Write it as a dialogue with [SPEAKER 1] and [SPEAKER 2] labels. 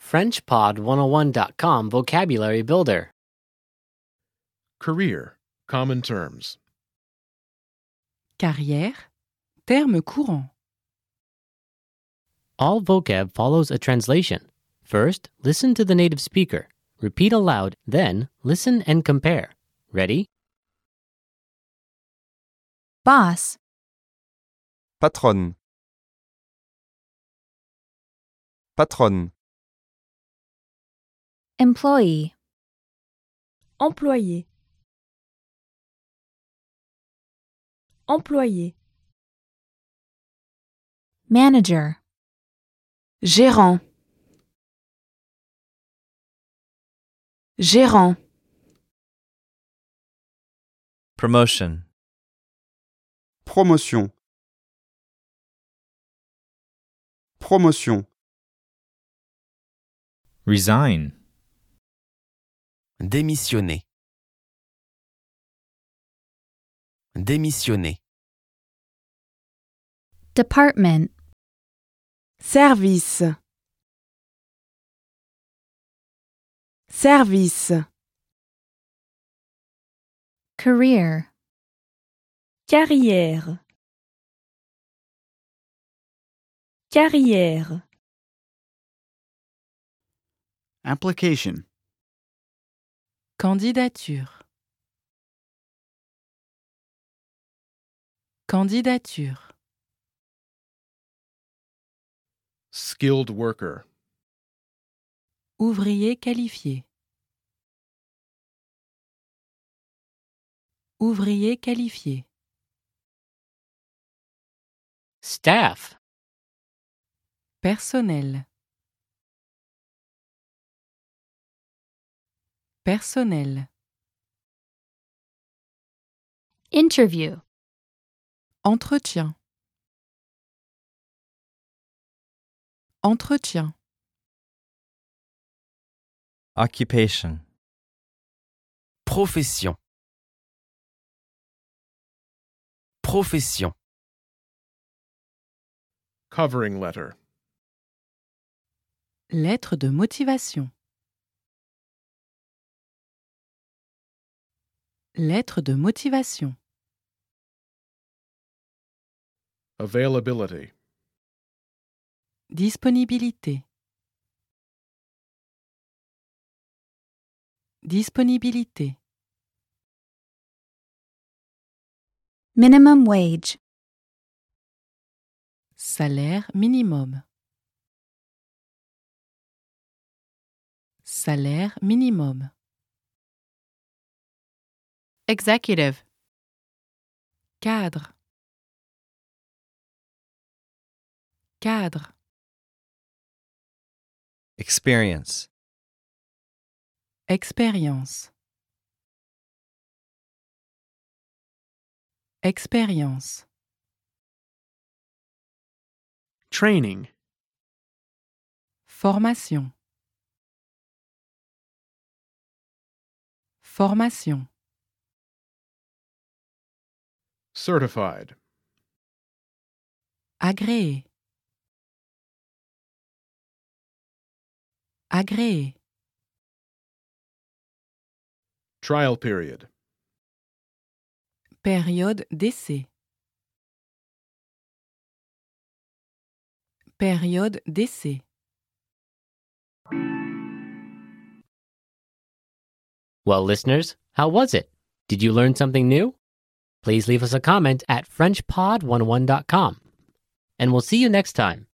[SPEAKER 1] FrenchPod101.com Vocabulary Builder.
[SPEAKER 2] Career. Common terms.
[SPEAKER 3] Carrière, terme courant.
[SPEAKER 1] All vocab follows a translation. First, listen to the native speaker. Repeat aloud, then, listen and compare. Ready?
[SPEAKER 4] Boss,
[SPEAKER 5] Patronne. Patronne.
[SPEAKER 4] employee,
[SPEAKER 6] Employé. Employé.
[SPEAKER 4] manager,
[SPEAKER 7] Gérant. Gérant.
[SPEAKER 8] Promotion.
[SPEAKER 5] Promotion. Promotion.
[SPEAKER 8] Resign.
[SPEAKER 9] Démissionner. Démissionner.
[SPEAKER 4] department,
[SPEAKER 7] Service. Service.
[SPEAKER 4] career,
[SPEAKER 6] Carrière. Carrière.
[SPEAKER 10] Application.
[SPEAKER 3] Candidature. Candidature.
[SPEAKER 2] Skilled worker.
[SPEAKER 3] Ouvrier qualifié. Ouvrier qualifié.
[SPEAKER 1] Staff.
[SPEAKER 3] Personnel. Personnel.
[SPEAKER 6] Interview.
[SPEAKER 3] Entretien. Entretien.
[SPEAKER 8] Occupation.
[SPEAKER 9] Profession. Profession.
[SPEAKER 2] Covering letter.
[SPEAKER 3] Lettre de motivation. Lettre de motivation.
[SPEAKER 2] Availability.
[SPEAKER 3] Disponibilité. Disponibilité.
[SPEAKER 4] minimum wage,
[SPEAKER 3] Salaire minimum. Salaire minimum. Executive. Cadre. Cadre.
[SPEAKER 8] Experience.
[SPEAKER 3] Expérience. Expérience.
[SPEAKER 10] Training.
[SPEAKER 3] Formation. Formation.
[SPEAKER 2] Certified.
[SPEAKER 3] Agréé. Agréé.
[SPEAKER 2] Trial period.
[SPEAKER 3] Période d'essai. Période d'essai.
[SPEAKER 1] Well, listeners, how was it? Did you learn something new? oh Please leave us a comment at FrenchPod101.com. And we'll see you next time.